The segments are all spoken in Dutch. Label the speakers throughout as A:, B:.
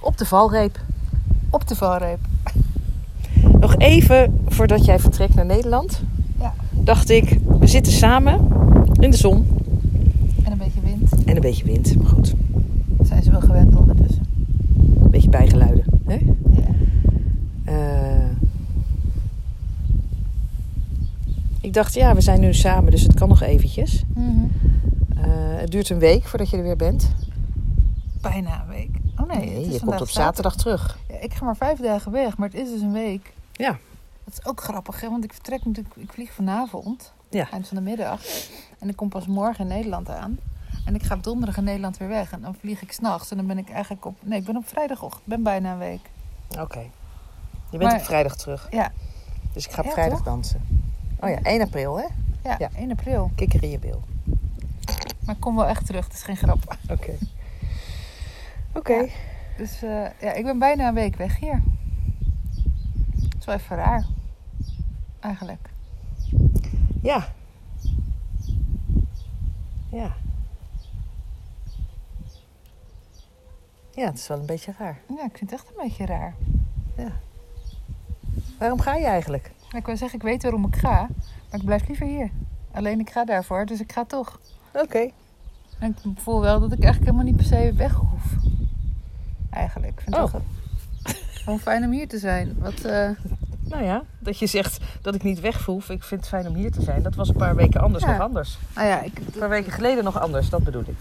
A: Op de valreep.
B: Op de valreep.
A: Nog even voordat jij vertrekt naar Nederland.
B: Ja.
A: Dacht ik, we zitten samen in de zon
B: En een beetje wind.
A: en een beetje wind. Maar goed,
B: Zijn ze wel gewend ondertussen.
A: een beetje bijgeluiden. Hè?
B: Ja.
A: Eh, ik dacht, ja, we zijn nu samen, dus het kan nog eventjes. Eh, het duurt een week voordat je er weer bent.
B: Bijna een week. Oh nee, het is
A: je komt
B: vandaag
A: op zaterdag terug.
B: Ja, ik ga maar vijf dagen weg, maar het is dus een week.
A: Ja.
B: Dat is ook grappig, hè? want ik vertrek natuurlijk, ik vlieg vanavond,
A: Ja.
B: eind van de middag. En ik kom pas morgen in Nederland aan. En ik ga op donderdag in Nederland weer weg. En dan vlieg ik s'nachts. En dan ben ik eigenlijk op. Nee, ik ben op vrijdagochtend. Ik ben bijna een week.
A: Oké. Je bent
B: Maar-
A: op vrijdag terug.
B: Ja.
A: Dus ik ga op
B: Ja,
A: vrijdag
B: toch?
A: dansen. Oh ja, 1 april, hè?
B: Ja,
A: Ja.
B: 1 april.
A: Kikker in je bil.
B: Maar ik kom wel echt terug. Het is geen grap.
A: Oké. Oké.
B: Ja. Dus eh, ja, ik ben bijna een week weg hier. Het is wel even raar. Eigenlijk.
A: Ja. Ja. Ja, het is wel een beetje raar.
B: Ja, ik vind het echt een beetje raar.
A: Waarom ga je eigenlijk?
B: Maar Ik wil zeggen, ik weet waarom ik ga, maar ik blijf liever hier. Alleen ik ga daarvoor, dus ik ga toch.
A: Oké.
B: En ik voel wel dat ik eigenlijk helemaal niet per se weg hoef. Eigenlijk. Ik vind het
A: Oh.
B: wel gewoon fijn om hier te zijn. Wat, eh,
A: Nou ja, dat je zegt dat ik niet weg hoef. Ik vind het fijn om hier te zijn. Dat was een paar weken anders,
B: Ja.
A: nog anders.
B: nou ja, ik,
A: Een paar weken geleden nog anders, dat bedoel ik.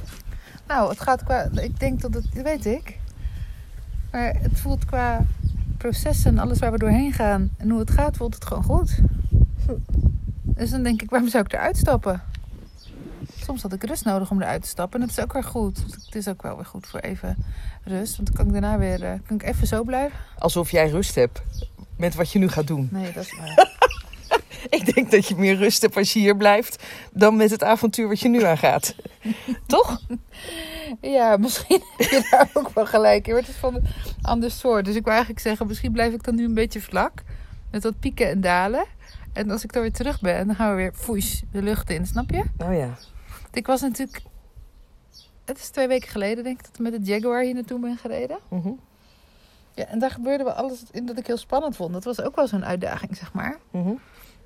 B: nou, het gaat qua. Ik denk dat het, dat weet ik. Maar het voelt qua processen, alles waar we doorheen gaan en hoe het gaat, voelt het gewoon goed. Dus dan denk ik, waarom zou ik eruit stappen? Soms had ik rust nodig om eruit te stappen. En dat is ook weer goed. Het is ook wel weer goed voor even rust. Want dan kan ik daarna weer eh, kan ik even zo blijven.
A: Alsof jij rust hebt met wat je nu gaat doen.
B: Nee, dat is waar.
A: Ik denk dat je meer rust hebt als je hier blijft dan met het avontuur wat je nu aangaat. Toch?
B: ja, misschien heb je daar ook wel gelijk in. Maar het is van een ander soort. Dus ik wil eigenlijk zeggen, misschien blijf ik dan nu een beetje vlak. Met wat pieken en dalen. En als ik dan weer terug ben, dan gaan we weer foeis de lucht in. Snap je?
A: Nou ja.
B: Ik was natuurlijk... Het is twee weken geleden, denk ik, dat ik met de Jaguar hier naartoe ben gereden.
A: Mhm.
B: Ja, en daar gebeurde wel alles in dat ik heel spannend vond. Dat was ook wel zo'n uitdaging, zeg maar.
A: Mhm.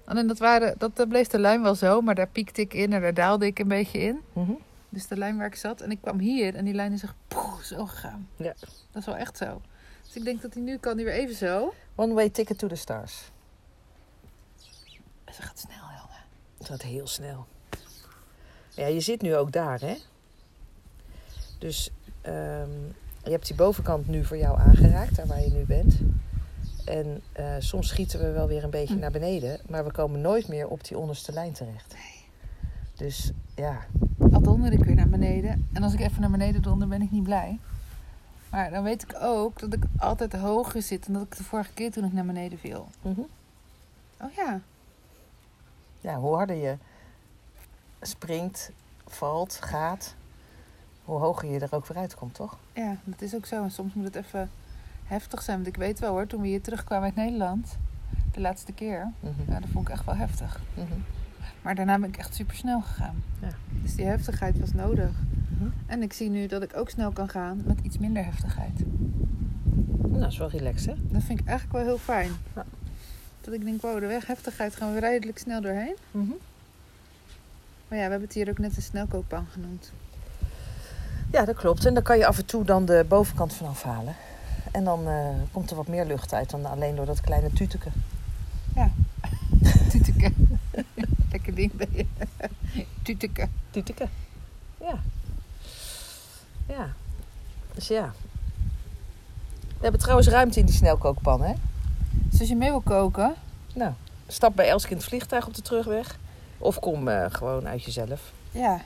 B: Alleen dat, waren, dat eh, bleef de lijn wel zo, maar daar piekte ik in en daar daalde ik een beetje in.
A: Mhm.
B: Dus de lijn waar ik zat en ik kwam hier en die lijn is echt poeh, zo gegaan.
A: Ja.
B: Dat is wel echt zo. Dus ik denk dat hij nu kan, die weer even zo.
A: One way ticket to the stars.
B: Ze gaat snel, Helga.
A: Dat gaat heel snel. Ja, je zit nu ook daar, hè? Dus ehm, je hebt die bovenkant nu voor jou aangeraakt, daar waar je nu bent. En eh, soms schieten we wel weer een beetje
B: Hm.
A: naar beneden, maar we komen nooit meer op die onderste lijn terecht. Dus ja,
B: Al donder ik weer naar beneden. En als ik even naar beneden donder, ben ik niet blij. Maar dan weet ik ook dat ik altijd hoger zit dan dat ik de vorige keer toen ik naar beneden viel.
A: Mhm.
B: Oh ja.
A: ja hoe harder je springt, valt, gaat, hoe hoger je er ook weer uitkomt, toch?
B: Ja, dat is ook zo. En soms moet het even heftig zijn. Want ik weet wel hoor, toen we hier terugkwamen uit Nederland, de laatste keer,
A: Mhm.
B: ja, dat vond ik echt wel heftig.
A: Mhm.
B: Maar daarna ben ik echt super snel gegaan.
A: Ja.
B: Dus die heftigheid was nodig.
A: Mhm.
B: En ik zie nu dat ik ook snel kan gaan met iets minder heftigheid.
A: Nou, dat is wel relaxed, hè?
B: Dat vind ik eigenlijk wel heel fijn.
A: Ja.
B: Dat ik denk, wow, de weg heftigheid gaan we redelijk snel doorheen.
A: Mhm.
B: Maar ja, we hebben het hier ook net een snelkoopbaan genoemd.
A: Ja, dat klopt. En dan kan je af en toe dan de bovenkant vanaf halen. En dan eh, komt er wat meer lucht uit dan alleen door dat kleine tuteke.
B: Tuteke. Lekker ding ben je. Tuteke.
A: Tuteke? Ja. Ja. Dus ja. We hebben trouwens ruimte in die snelkookpan, hè?
B: Dus als je mee wil koken,
A: Stap bij Elske in het vliegtuig op de terugweg. Of kom eh, gewoon uit jezelf.
B: Ja,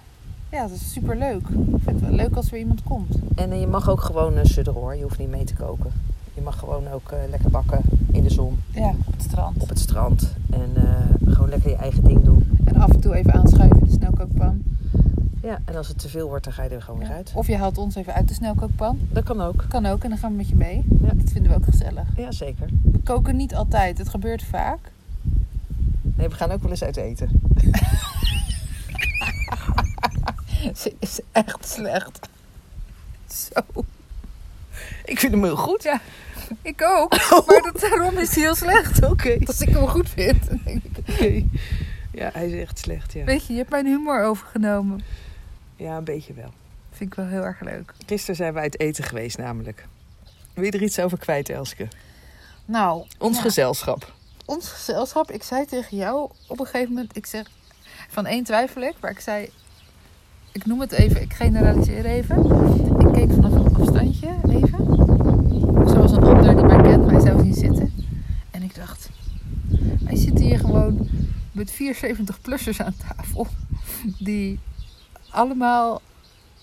B: ja dat is superleuk. Ik vind het wel leuk als er iemand komt.
A: En eh, je mag ook gewoon eh sudderen, hoor. Je hoeft niet mee te koken. Je mag gewoon ook eh, lekker bakken in de zon,
B: Ja, op het strand.
A: op het strand. En eh, gewoon lekker je eigen ding doen.
B: En af en toe even aanschuiven in de snelkookpan.
A: Ja, en als het te veel wordt, dan ga je er gewoon weer uit.
B: Of je haalt ons even uit de snelkookpan.
A: Dat kan ook.
B: Kan ook en dan gaan we met je mee.
A: Ja.
B: Dat vinden we ook gezellig.
A: Jazeker.
B: We koken niet altijd, het gebeurt vaak.
A: Nee, we gaan ook wel eens uit eten.
B: Ze is echt slecht. Zo.
A: Ik vind hem heel goed.
B: Ja, ik ook. Maar dat, daarom is hij heel slecht.
A: Oké.
B: Als ik hem goed vind. dan denk ik, oké.
A: Ja, hij is echt slecht, ja.
B: Weet je, je hebt mijn humor overgenomen.
A: Ja, een beetje wel.
B: Vind ik wel heel erg leuk.
A: Gisteren zijn we uit eten geweest namelijk. Wil je er iets over kwijt, Elske?
B: Nou,
A: Ons
B: ja.
A: gezelschap.
B: ons gezelschap, ik zei tegen jou op een gegeven moment, ik zeg, van één twijfel ik, maar ik zei, ik noem het even, ik generaliseer even. Ik keek vanaf een afstandje even, zoals een ander die mij kent, mij zou zien zitten. En ik dacht, wij zitten hier gewoon met 74-plussers aan tafel, die allemaal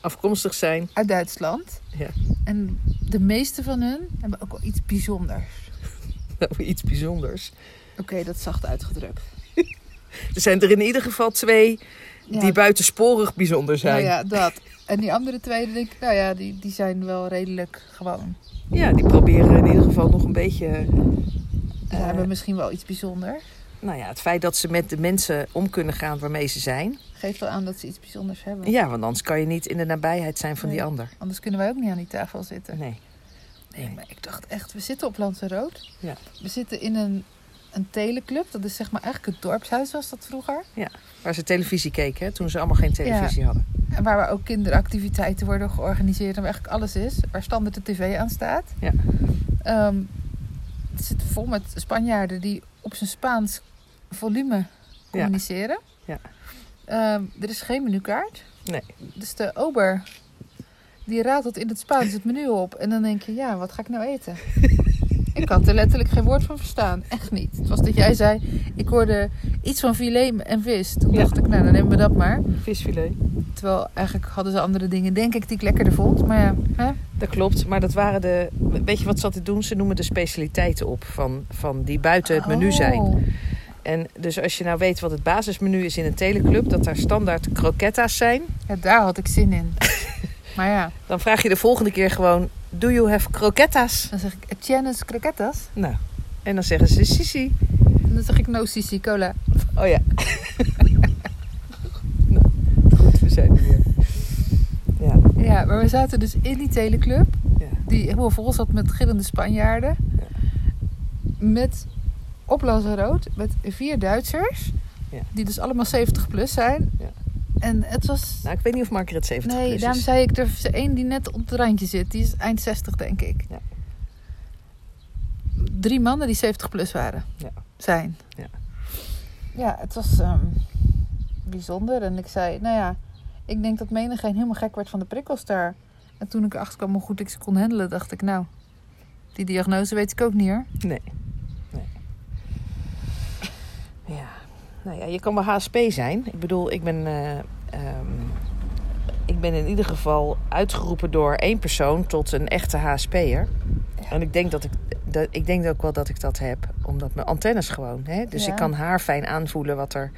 A: Afkomstig zijn.
B: uit Duitsland.
A: Ja.
B: En de meeste van hun hebben ook wel iets bijzonders.
A: Nou, iets bijzonders.
B: Oké, dat is zacht uitgedrukt.
A: Er zijn er in ieder geval twee die buitensporig bijzonder zijn.
B: Nou ja, dat. En die andere twee, dan denk ik, nou ja, die, die zijn wel redelijk gewoon.
A: Ja, die proberen in ieder geval nog een beetje.
B: Ze
A: eh,
B: Eh, hebben misschien wel iets bijzonders.
A: nou ja, het feit dat ze met de mensen om kunnen gaan waarmee ze zijn.
B: Geeft wel aan dat ze iets bijzonders hebben.
A: Ja, want anders kan je niet in de nabijheid zijn van die
B: Nee.
A: ander.
B: Anders kunnen wij ook niet aan die tafel zitten.
A: Nee.
B: Nee, maar ik dacht echt, we zitten op Lanzarote.
A: Ja.
B: We zitten in een, een teleclub. Dat is zeg maar eigenlijk het dorpshuis was dat vroeger.
A: Waar ze televisie keken, hè, toen ze allemaal geen televisie hadden.
B: En waar we ook kinderactiviteiten worden georganiseerd. En waar eigenlijk alles is. Waar standaard de tv aan staat.
A: Ja.
B: Ehm, het zit vol met Spanjaarden die op zijn Spaans volume communiceren.
A: Ja.
B: Ehm, er is geen menukaart.
A: Nee.
B: Dus de ober die ratelt in het Spaans het menu op. En dan denk je, ja, wat ga ik nou eten? ik had er letterlijk geen woord van verstaan. Echt niet. Het was dat jij zei, ik hoorde iets van filet en vis. Toen
A: Ja.
B: dacht ik, nou dan nemen we dat maar.
A: Visfilet.
B: Terwijl eigenlijk hadden ze andere dingen, denk ik, die ik lekkerder vond. Maar ja, hè?
A: Dat klopt, maar dat waren de. Weet je wat ze altijd doen? Ze noemen de specialiteiten op van, van die buiten het menu zijn.
B: Oh.
A: En dus als je nou weet wat het basismenu is in een teleclub, dat daar standaard croquetta's zijn,
B: Ja, daar had ik zin in. maar ja,
A: dan vraag je de volgende keer gewoon: Do you have croquetta's?
B: dan zeg ik, Tjenes croquetas.
A: Nou, en dan zeggen ze: Sisi.
B: En dan zeg ik, no sisi, cola.
A: Oh ja. nou, goed, we zijn er weer. Ja,
B: Ja, maar we zaten dus in die teleclub.
A: ja.
B: Die helemaal vol zat met gillende Spanjaarden.
A: Ja.
B: Met op Lanzarote, met vier Duitsers.
A: Ja.
B: Die dus allemaal 70 plus zijn.
A: Ja.
B: En het was...
A: Nou, ik weet niet of Margaret 70
B: nee,
A: plus
B: daarom
A: is.
B: zei ik, er is één die net op het randje zit. Die is eind 60, denk ik.
A: Ja.
B: Drie mannen die 70 plus waren.
A: Ja.
B: Zijn.
A: Ja.
B: Ja, het was ehm, bijzonder. En ik zei, nou ja, ik denk dat menigeen helemaal gek werd van de prikkels daar. En toen ik erachter kwam hoe goed ik ze kon handelen, dacht ik, nou, die diagnose weet ik ook niet hoor.
A: Nee. nee. Ja. Nou ja, je kan wel HSP zijn. Ik bedoel, ik ben, eh, ehm, ik ben in ieder geval uitgeroepen door één persoon tot een echte HSP'er.
B: Ja.
A: En ik denk, dat ik, dat, ik denk ook wel dat ik dat heb, omdat mijn antennes gewoon. Hè? Dus
B: Ja.
A: ik kan haar fijn aanvoelen wat er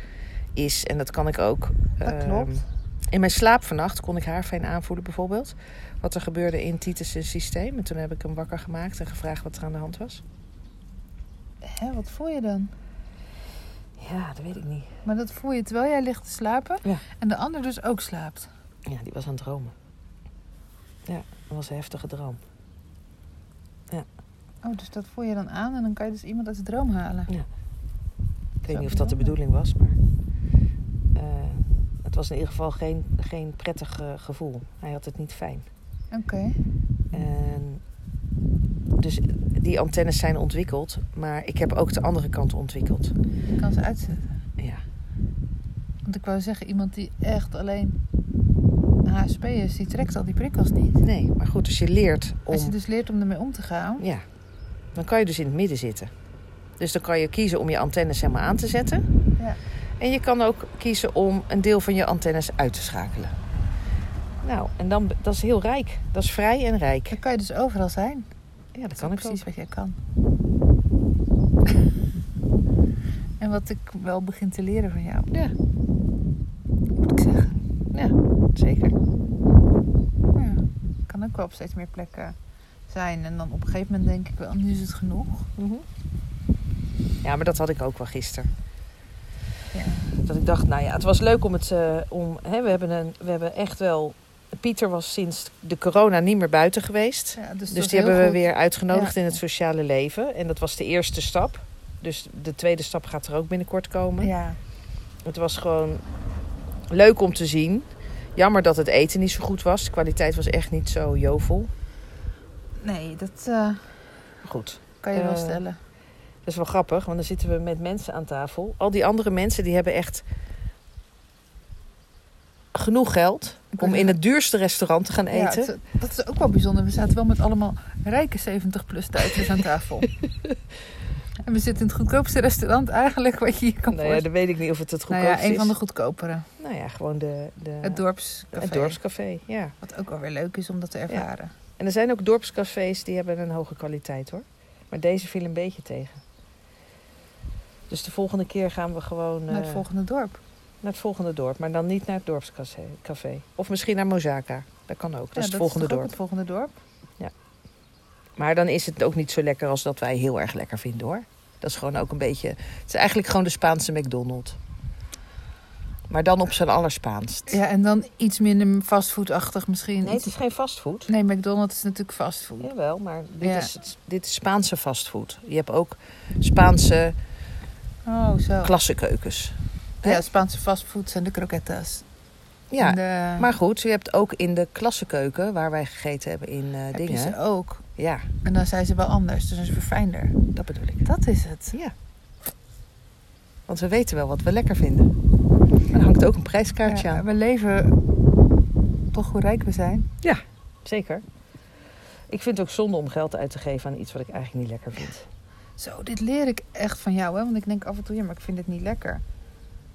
A: is. En dat kan ik ook.
B: Dat
A: ehm,
B: klopt.
A: in mijn slaap vannacht kon ik haar fijn aanvoelen, bijvoorbeeld. Wat er gebeurde in Titus' systeem. En toen heb ik hem wakker gemaakt en gevraagd wat er aan de hand was.
B: Hè, wat voel je dan?
A: Ja, dat weet ik niet.
B: Maar dat voel je terwijl jij ligt te slapen
A: Ja.
B: en de ander dus ook slaapt.
A: Ja, die was aan het dromen. Ja, dat was een heftige droom.
B: Oh, dus dat voel je dan aan en dan kan je dus iemand uit de droom halen.
A: Ik weet
B: Zo
A: niet of dat de
B: bijzonder.
A: bedoeling was, maar... eh, het was in ieder geval geen, geen prettig eh, gevoel. Hij had het niet fijn.
B: Oké.
A: En dus die antennes zijn ontwikkeld, maar ik heb ook de andere kant ontwikkeld.
B: Je kan ze uitzetten.
A: Ja,
B: Want ik wou zeggen, iemand die echt alleen HSP is, die trekt al die prikkels niet.
A: nee, maar goed, als je leert om...
B: Als je dus leert om ermee om te gaan.
A: Ja, dan kan je dus in het midden zitten. Dus dan kan je kiezen om je antennes helemaal aan te zetten.
B: Ja.
A: En je kan ook kiezen om een deel van je antennes uit te schakelen. Nou, en dan, dat is heel rijk. Dat is vrij en rijk.
B: Dan kan je dus overal zijn.
A: Ja, dat
B: Dat
A: kan
B: is
A: ik
B: precies
A: precies.
B: wat jij kan. en wat ik wel begin te leren van jou.
A: Ja.
B: Moet ik zeggen.
A: Zeker.
B: oh Ja. Ik kan ook wel op steeds meer plekken zijn. En dan op een gegeven moment denk ik wel, nu is het genoeg.
A: Ja, maar dat had ik ook wel gisteren.
B: Ja.
A: Dat ik dacht, nou ja, het was leuk om het... eh, om, hè, we, hebben een, we hebben echt wel Pieter was sinds de corona niet meer buiten geweest.
B: Ja, dus
A: Dus
B: dat
A: die
B: is heel
A: hebben we
B: goed.
A: weer uitgenodigd
B: Ja.
A: in het sociale leven. En dat was de eerste stap. Dus de tweede stap gaat er ook binnenkort komen.
B: Ja,
A: Het was gewoon leuk om te zien. Jammer dat het eten niet zo goed was. De kwaliteit was echt niet zo jovel.
B: nee, dat eh,
A: Maar Goed.
B: kan je wel
A: Eh,
B: stellen.
A: Dat is wel grappig, want dan zitten we met mensen aan tafel. Al die andere mensen die hebben echt genoeg geld
B: Ik
A: om
B: wil
A: in het duurste restaurant te gaan
B: Ja,
A: eten.
B: het- dat is ook wel bijzonder. We zaten wel met allemaal rijke 70-plus Duitsers aan tafel. en we zitten in het goedkoopste restaurant eigenlijk wat je hier
A: nou
B: kan
A: ja,
B: voorstellen.
A: dan weet ik niet of het het
B: Nou
A: goedkoopste
B: ja, een
A: is.
B: van de goedkopere.
A: Nou ja, gewoon de, de,
B: Het dorpscafé.
A: het dorpscafé. Ja.
B: Wat ook wel weer leuk is om dat te ervaren.
A: En er zijn ook dorpscafés die hebben een hoge kwaliteit hoor. Maar deze viel een beetje tegen. Dus de volgende keer gaan we gewoon
B: Naar het
A: eh,
B: volgende dorp.
A: naar het volgende dorp. Maar dan niet naar het dorpscafé. café. Of misschien naar Mozaka. Dat kan ook. Dat
B: Ja,
A: is het volgende
B: toch ook
A: dorp.
B: Het volgende dorp.
A: Maar dan is het ook niet zo lekker als dat wij heel erg lekker vinden hoor. Dat is gewoon ook een beetje. Het is eigenlijk gewoon de Spaanse McDonald's. Maar dan op zijn allerspaanst.
B: Ja, en dan iets minder fastfoodachtig misschien.
A: Nee, het
B: Iets-
A: is geen fastfood.
B: nee McDonald's is natuurlijk fastfood.
A: Jawel, maar dit,
B: Ja.
A: is, het- dit is Spaanse fastfood. Je hebt ook Spaanse
B: Oh, zo.
A: klassekeukens.
B: Ja, Spaanse fastfood zijn de croquetas.
A: Ja,
B: En de-
A: maar goed, je hebt ook in de klassenkeuken waar wij gegeten hebben in eh,
B: heb je
A: dingen.
B: ze ook.
A: Ja,
B: En dan zijn ze wel anders, dus dat is verfijnder.
A: dat bedoel ik.
B: Dat is het.
A: Ja. Want we weten wel wat we lekker vinden. En er hangt ook een prijskaartje aan.
B: Ja, we leven toch hoe rijk we zijn.
A: eh, Zeker. Ik vind het ook zonde om geld uit te geven aan iets wat ik eigenlijk niet lekker vind.
B: Zo, dit leer ik echt van jou, hè? Want ik denk af en toe, ja, maar ik vind dit niet lekker.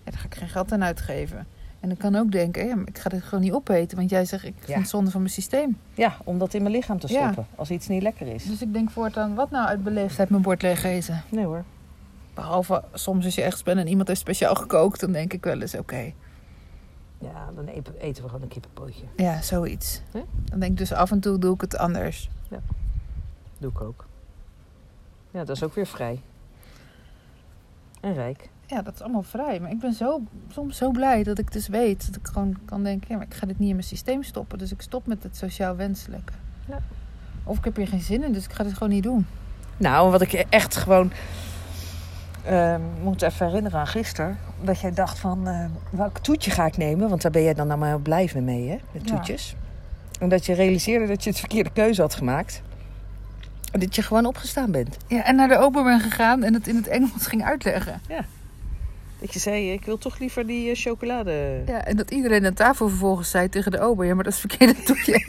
B: Ja, daar ga ik geen geld aan uitgeven. En ik kan ook denken, ja, maar ik ga dit gewoon niet opeten. Want jij zegt, ik vind het zonde van mijn systeem.
A: Ja, om dat in mijn lichaam te
B: Ja.
A: stoppen als iets niet lekker is.
B: Dus ik denk voortaan, wat nou uit beleefdheid mijn bord leeg eten?
A: Nee hoor.
B: Behalve soms als je ergens bent en iemand heeft speciaal gekookt, dan denk ik wel eens, oké.
A: Ja, dan e- eten we gewoon een kippenpootje.
B: Ja, zoiets.
A: Hè?
B: Dan denk ik dus af en toe doe ik het anders.
A: Doe ik ook. Ja, dat is ook weer vrij. En rijk.
B: Ja, dat is allemaal vrij. Maar ik ben zo, soms zo blij dat ik dus weet dat ik gewoon kan denken, ja, maar ik ga dit niet in mijn systeem stoppen. Dus ik stop met het sociaal wenselijke.
A: Ja.
B: Of ik heb hier geen zin in, dus ik ga dit gewoon niet doen.
A: Nou, wat ik echt gewoon ehm, moet even herinneren aan gisteren. Dat jij dacht van, eh, welk toetje ga ik nemen? Want daar ben jij dan allemaal heel blij mee, hè? Met
B: Ja.
A: toetjes. En dat je realiseerde dat je het verkeerde keuze had gemaakt. En dat je gewoon opgestaan bent.
B: Ja, en naar de open ben gegaan en het in het Engels ging uitleggen.
A: Dat je zei, ik wil toch liever die eh, chocolade.
B: Ja, en dat iedereen aan tafel vervolgens zei tegen de ober, ja, maar dat is het verkeerde toetje.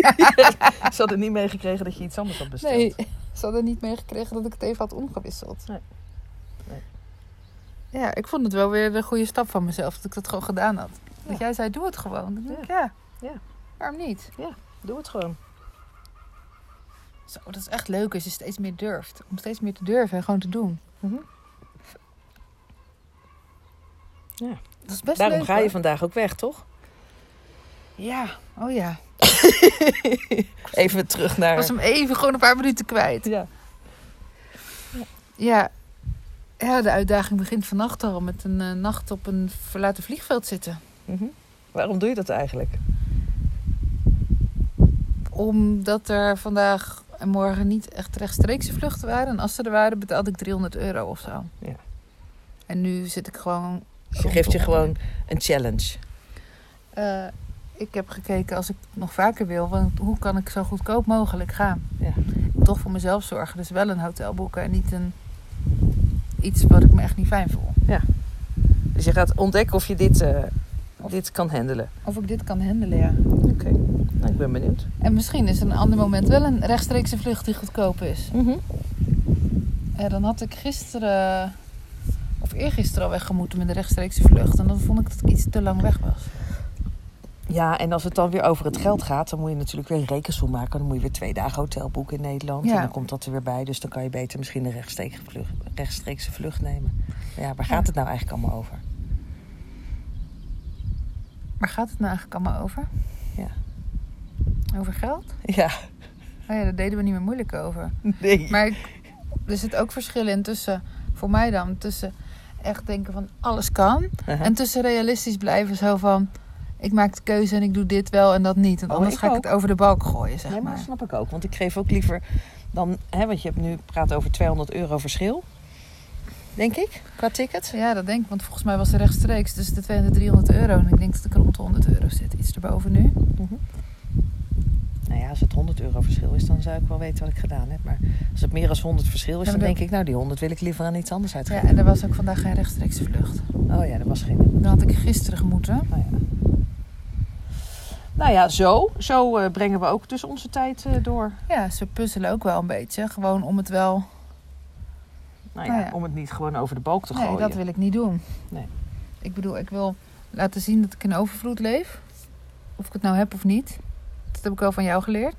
A: Ze hadden niet meegekregen dat je iets anders had besteld.
B: Nee, ze hadden niet meegekregen dat ik het even had omgewisseld.
A: Nee. Nee.
B: Ja, ik vond het wel weer een goede stap van mezelf dat ik dat gewoon gedaan had.
A: Ja.
B: Dat jij zei, doe het gewoon. Dan denk ik, ja.
A: Ja.
B: Waarom niet?
A: Doe het gewoon.
B: Zo, dat is echt leuk als je steeds meer durft. Om steeds meer te durven en gewoon te doen.
A: Mhm.
B: Dat is best
A: Daarom
B: leuk.
A: ga je
B: hoor.
A: vandaag ook weg, toch?
B: Ja, oh ja.
A: Even terug naar...
B: Ik was hem even gewoon een paar minuten kwijt.
A: Ja.
B: Ja. Ja, de uitdaging begint vannacht al met een eh, nacht op een verlaten vliegveld zitten.
A: Mhm. Waarom doe je dat eigenlijk?
B: Omdat er vandaag en morgen niet echt rechtstreekse vluchten waren. En als ze er waren, betaalde ik 300 euro of zo.
A: Ja.
B: En nu zit ik gewoon.
A: Dus je geeft je gewoon een challenge.
B: Eh, ik heb gekeken als ik het nog vaker wil. Want hoe kan ik zo goedkoop mogelijk gaan?
A: Ja.
B: Toch voor mezelf zorgen. Dus wel een hotel boeken en niet een. Iets wat ik me echt niet fijn voel.
A: Dus je gaat ontdekken of je dit, eh, dit kan handelen.
B: Of ik dit kan handelen, ja.
A: Oké, nou, ik ben benieuwd.
B: En misschien is er een ander moment wel een rechtstreekse vlucht die goedkoop is.
A: Mhm.
B: Ja, dan had ik gisteren of eergisteren al weggemoeten met de rechtstreekse vlucht. En dan vond ik dat ik iets te lang weg was.
A: Ja, en als het dan weer over het geld gaat, dan moet je natuurlijk weer een rekensom maken. Dan moet je weer twee dagen hotel boeken in Nederland.
B: Ja.
A: En dan komt dat er weer bij. Dus dan kan je beter misschien een rechtstreekse vlucht, rechtstreekse vlucht nemen. Maar ja, waar gaat het nou eigenlijk allemaal over?
B: Waar gaat het nou eigenlijk allemaal over?
A: Ja.
B: Over geld?
A: Ja,
B: Oh ja, daar deden we niet meer moeilijk over.
A: nee.
B: Maar ik- er zit ook verschil in tussen, voor mij dan, tussen echt denken van alles kan.
A: Aha.
B: En tussen realistisch blijven zo van, ik maak de keuze en ik doe dit wel en dat niet. Want
A: Oh,
B: anders
A: ik
B: ga ik
A: ook.
B: het over de balk gooien, zeg
A: Ja, maar
B: maar.
A: dat snap ik ook. Want ik geef ook liever dan... Hè, want je hebt nu praat over 200 euro verschil. Denk ik, qua ticket.
B: Ja, dat denk ik. Want volgens mij was het rechtstreeks tussen de 200 en 300 euro. En ik denk dat ik rond de 100 euro zit. Iets erboven nu.
A: Mhm. Nou ja, als het 100 euro verschil is, dan zou ik wel weten wat ik gedaan heb. Maar als het meer dan 100 verschil is,
B: Ja,
A: dan
B: maar dat-
A: denk ik... Nou, die 100 wil ik liever aan iets anders
B: Ja,
A: uitgeven.
B: en er was ook vandaag geen rechtstreekse vlucht.
A: Oh ja, dat was geen...
B: Dan had ik gisteren gemoeten.
A: Nou ja. Nou ja, zo. Zo eh, brengen we ook dus onze tijd eh, door.
B: Ja, ze puzzelen ook wel een beetje. Gewoon om het wel...
A: Nou ja,
B: Nou ja.
A: om het niet gewoon over de balk te
B: nee,
A: gooien.
B: dat wil ik niet doen.
A: Nee.
B: Ik bedoel, ik wil laten zien dat ik in overvloed leef. Of ik het nou heb of niet. Dat heb ik wel van jou geleerd.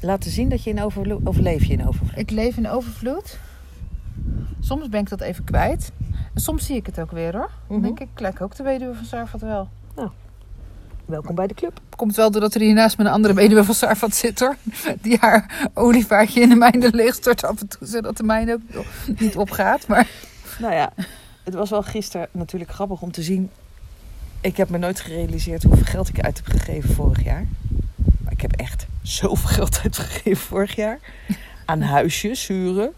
A: Laten zien dat je in overlo- overleef je in overvloed.
B: Ik leef in overvloed. Soms ben ik dat even kwijt. En soms zie ik het ook weer hoor. Dan
A: Mhm.
B: denk ik, klek ook de weduwe van Sarvat wel.
A: Welkom bij de club.
B: Komt wel doordat er hier naast me een andere weduwe van Sarvat zit hoor. Die haar olievaartje in de mijne leegstort af en toe. Zodat de mijne ook niet opgaat. Maar
A: Nou ja, het was wel gisteren natuurlijk grappig om te zien. Ik heb me nooit gerealiseerd hoeveel geld ik uit heb gegeven vorig jaar. Maar ik heb echt zoveel geld uitgegeven vorig jaar. Aan huisjes, huren,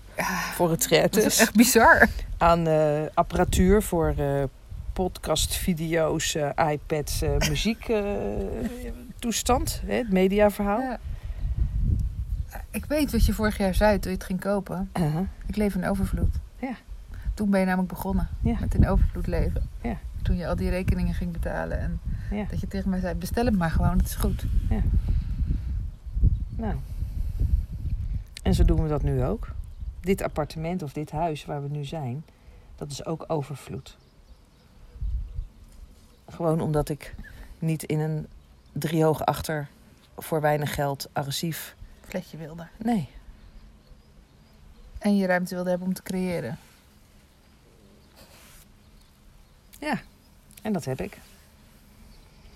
A: voor
B: het is
A: retretes.
B: echt bizar.
A: Aan eh, apparatuur voor eh podcast, video's, eh, iPads, eh, muziek, muziektoestand. het mediaverhaal.
B: Ja. Ik weet wat je vorig jaar zei toen je het ging kopen.
A: Uh-huh.
B: Ik leef in overvloed.
A: Ja.
B: Toen ben je namelijk begonnen
A: Ja.
B: met in overvloed leven.
A: Ja.
B: Toen je al die rekeningen ging betalen en
A: Ja.
B: dat je tegen mij zei: bestel het maar gewoon, het is goed.
A: Nou. En zo doen we dat nu ook. Dit appartement of dit huis waar we nu zijn, dat is ook overvloed. Gewoon omdat ik niet in een driehoog achter voor weinig geld agressief.
B: Fletje wilde.
A: Nee,
B: En je ruimte wilde hebben om te creëren.
A: en dat heb ik.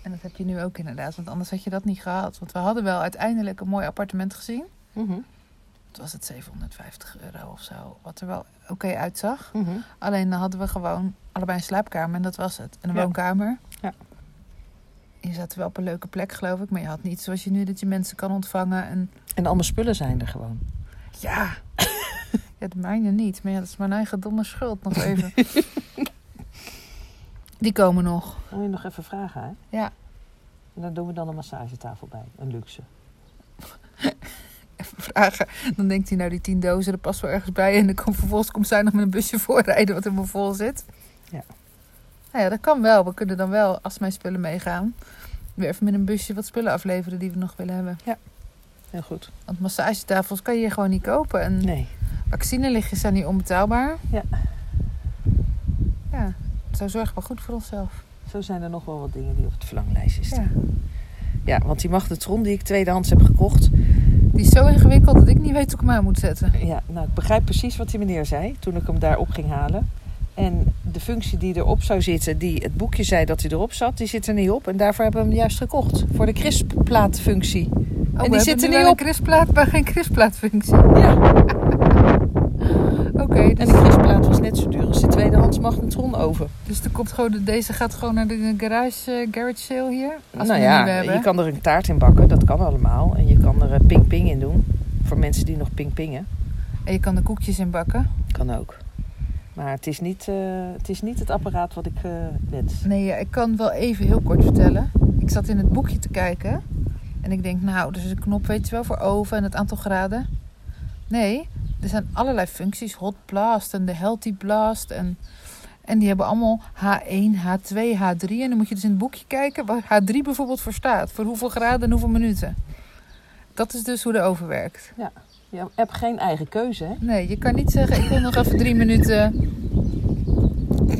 B: En dat heb je nu ook inderdaad, want anders had je dat niet gehad. Want we hadden wel uiteindelijk een mooi appartement gezien.
A: Mhm,
B: Toen was het 750 euro of zo, wat er wel oké uitzag.
A: mhm.
B: Alleen dan hadden we gewoon allebei een slaapkamer en dat was het. En een
A: Ja.
B: woonkamer.
A: Ja.
B: Je zat wel op een leuke plek, geloof ik. Maar je had niet zoals je nu dat je mensen kan ontvangen. En
A: En al mijn spullen zijn er gewoon.
B: ja, ja de mijne niet. Maar ja, dat is mijn eigen domme schuld nog even. Die komen nog.
A: Wil je nog even vragen, hè?
B: Ja.
A: En dan doen we dan een massagetafel bij, een luxe.
B: Even vragen. Dan denkt hij, nou die tien dozen, dat past wel ergens bij. En dan komt vervolgens komt zij nog met een busje voorrijden wat helemaal vol zit.
A: Ja.
B: Nou ja, dat kan wel. We kunnen dan wel, als mijn spullen meegaan, weer even met een busje wat spullen afleveren die we nog willen hebben.
A: Heel goed.
B: Want massagetafels kan je hier gewoon niet kopen. En
A: Nee.
B: vaccinelichtjes zijn hier onbetaalbaar.
A: Ja.
B: Ja, zo zorgen we goed voor onszelf.
A: Zo zijn er nog wel wat dingen die op het verlanglijstje staan.
B: Ja.
A: Ja, want die magnetron die ik tweedehands heb gekocht.
B: Die is zo ingewikkeld dat ik niet weet hoe ik hem aan moet zetten. Oh,
A: Ja, nou, ik begrijp precies wat die meneer zei toen ik hem daar op ging halen. En de functie die erop zou zitten, die het boekje zei dat hij erop zat, die zit er niet op. En daarvoor hebben we hem juist gekocht. Voor de crispplaatfunctie.
B: Oh, we
A: die
B: hebben
A: zitten
B: nu
A: niet
B: wel
A: op.
B: een crisplaat, maar geen crisplaatfunctie.
A: Ja.
B: Oké,
A: En
B: dus,
A: de crispplaat was net zo duur als de tweedehands magnetron oven.
B: dus er komt gewoon, deze gaat gewoon naar de garage, eh, garage sale hier.
A: nou
B: Als we hem
A: ja,
B: niet meer hebben.
A: je kan er een taart in bakken, dat kan allemaal. En je kan er eh, ping-ping in doen. Voor mensen die nog ping-pingen.
B: En je kan de koekjes in bakken.
A: Kan ook. Maar het is niet, eh, het, is niet het apparaat wat ik eh wens.
B: Nee, ja, ik kan wel even heel kort vertellen. Ik zat in het boekje te kijken. En ik denk, nou, dus een knop weet je wel voor oven en het aantal graden. Nee, er zijn allerlei functies. Hot blast en de healthy blast. En, en die hebben allemaal H1, H2, H3. En dan moet je dus in het boekje kijken waar H3 bijvoorbeeld voor staat. Voor hoeveel graden en hoeveel minuten. Dat is dus hoe de oven werkt.
A: Je hebt geen eigen keuze, hè?
B: Nee, je kan niet zeggen, ik wil nog even drie minuten.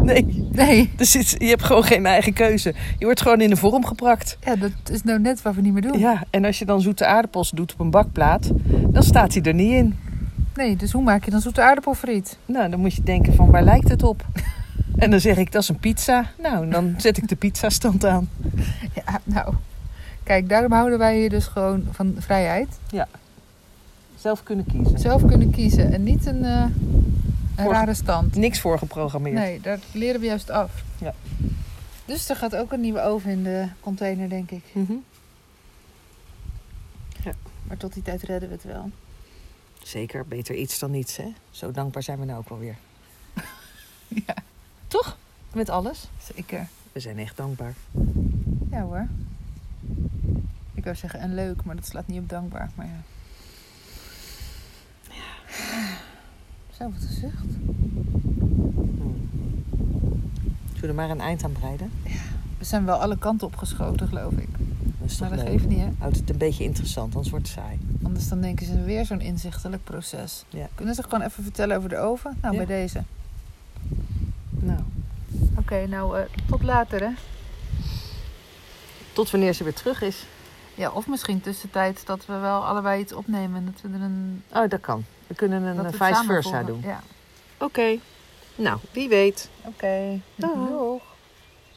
A: Nee.
B: Nee,
A: Dus het- je hebt gewoon geen eigen keuze. Je wordt gewoon in de vorm geprakt.
B: ja, dat is nou net wat we niet meer doen.
A: Ja, en als je dan zoete aardappels doet op een bakplaat, dan staat hij er niet in.
B: Nee, dus hoe maak je dan zoete aardappelfriet?
A: Nou, dan moet je denken van waar lijkt het op? En dan zeg ik, dat is een pizza. Nou, en dan zet ik de pizzastand aan.
B: Ja, nou. Kijk, daarom houden wij hier dus gewoon van vrijheid.
A: Zelf kunnen kiezen.
B: Zelf kunnen kiezen en niet een, eh, een
A: Voor-
B: rare stand.
A: Niks voorgeprogrammeerd.
B: Nee, daar leren we juist af.
A: Ja.
B: Dus er gaat ook een nieuwe oven in de container, denk ik.
A: Mhm.
B: Maar tot die tijd redden we het wel.
A: Zeker, beter iets dan niets, hè? Zo dankbaar zijn we nou ook wel weer.
B: Ja.
A: Toch? Met alles?
B: Zeker.
A: We zijn echt dankbaar.
B: Ja hoor. Ik wou zeggen en leuk, maar dat slaat niet op dankbaar. Maar ja. Zo, wat gezegd.
A: Hmm. Zullen we er maar een eind aan breiden?
B: We zijn wel alle kanten opgeschoten, geloof ik.
A: Nou, Dat is toch
B: Maar dat
A: leuk.
B: geeft niet, hè?
A: Houdt het een beetje interessant, anders wordt het saai.
B: Anders dan denken ze weer zo'n inzichtelijk proces.
A: Ja.
B: Kunnen ze gewoon even vertellen over de oven? Nou,
A: Ja.
B: bij deze.
A: Nou,
B: Oké, nou, tot later, hè?
A: tot wanneer ze weer terug is.
B: Ja, of misschien tussentijds dat we wel allebei iets opnemen. en Dat we er een...
A: Oh, dat kan. We kunnen een
B: dat
A: eh,
B: we het
A: vice
B: samen
A: versa
B: volgen.
A: doen.
B: Ja,
A: Oké. Nou, wie weet.
B: oké.
A: Doeg.
B: Doeg.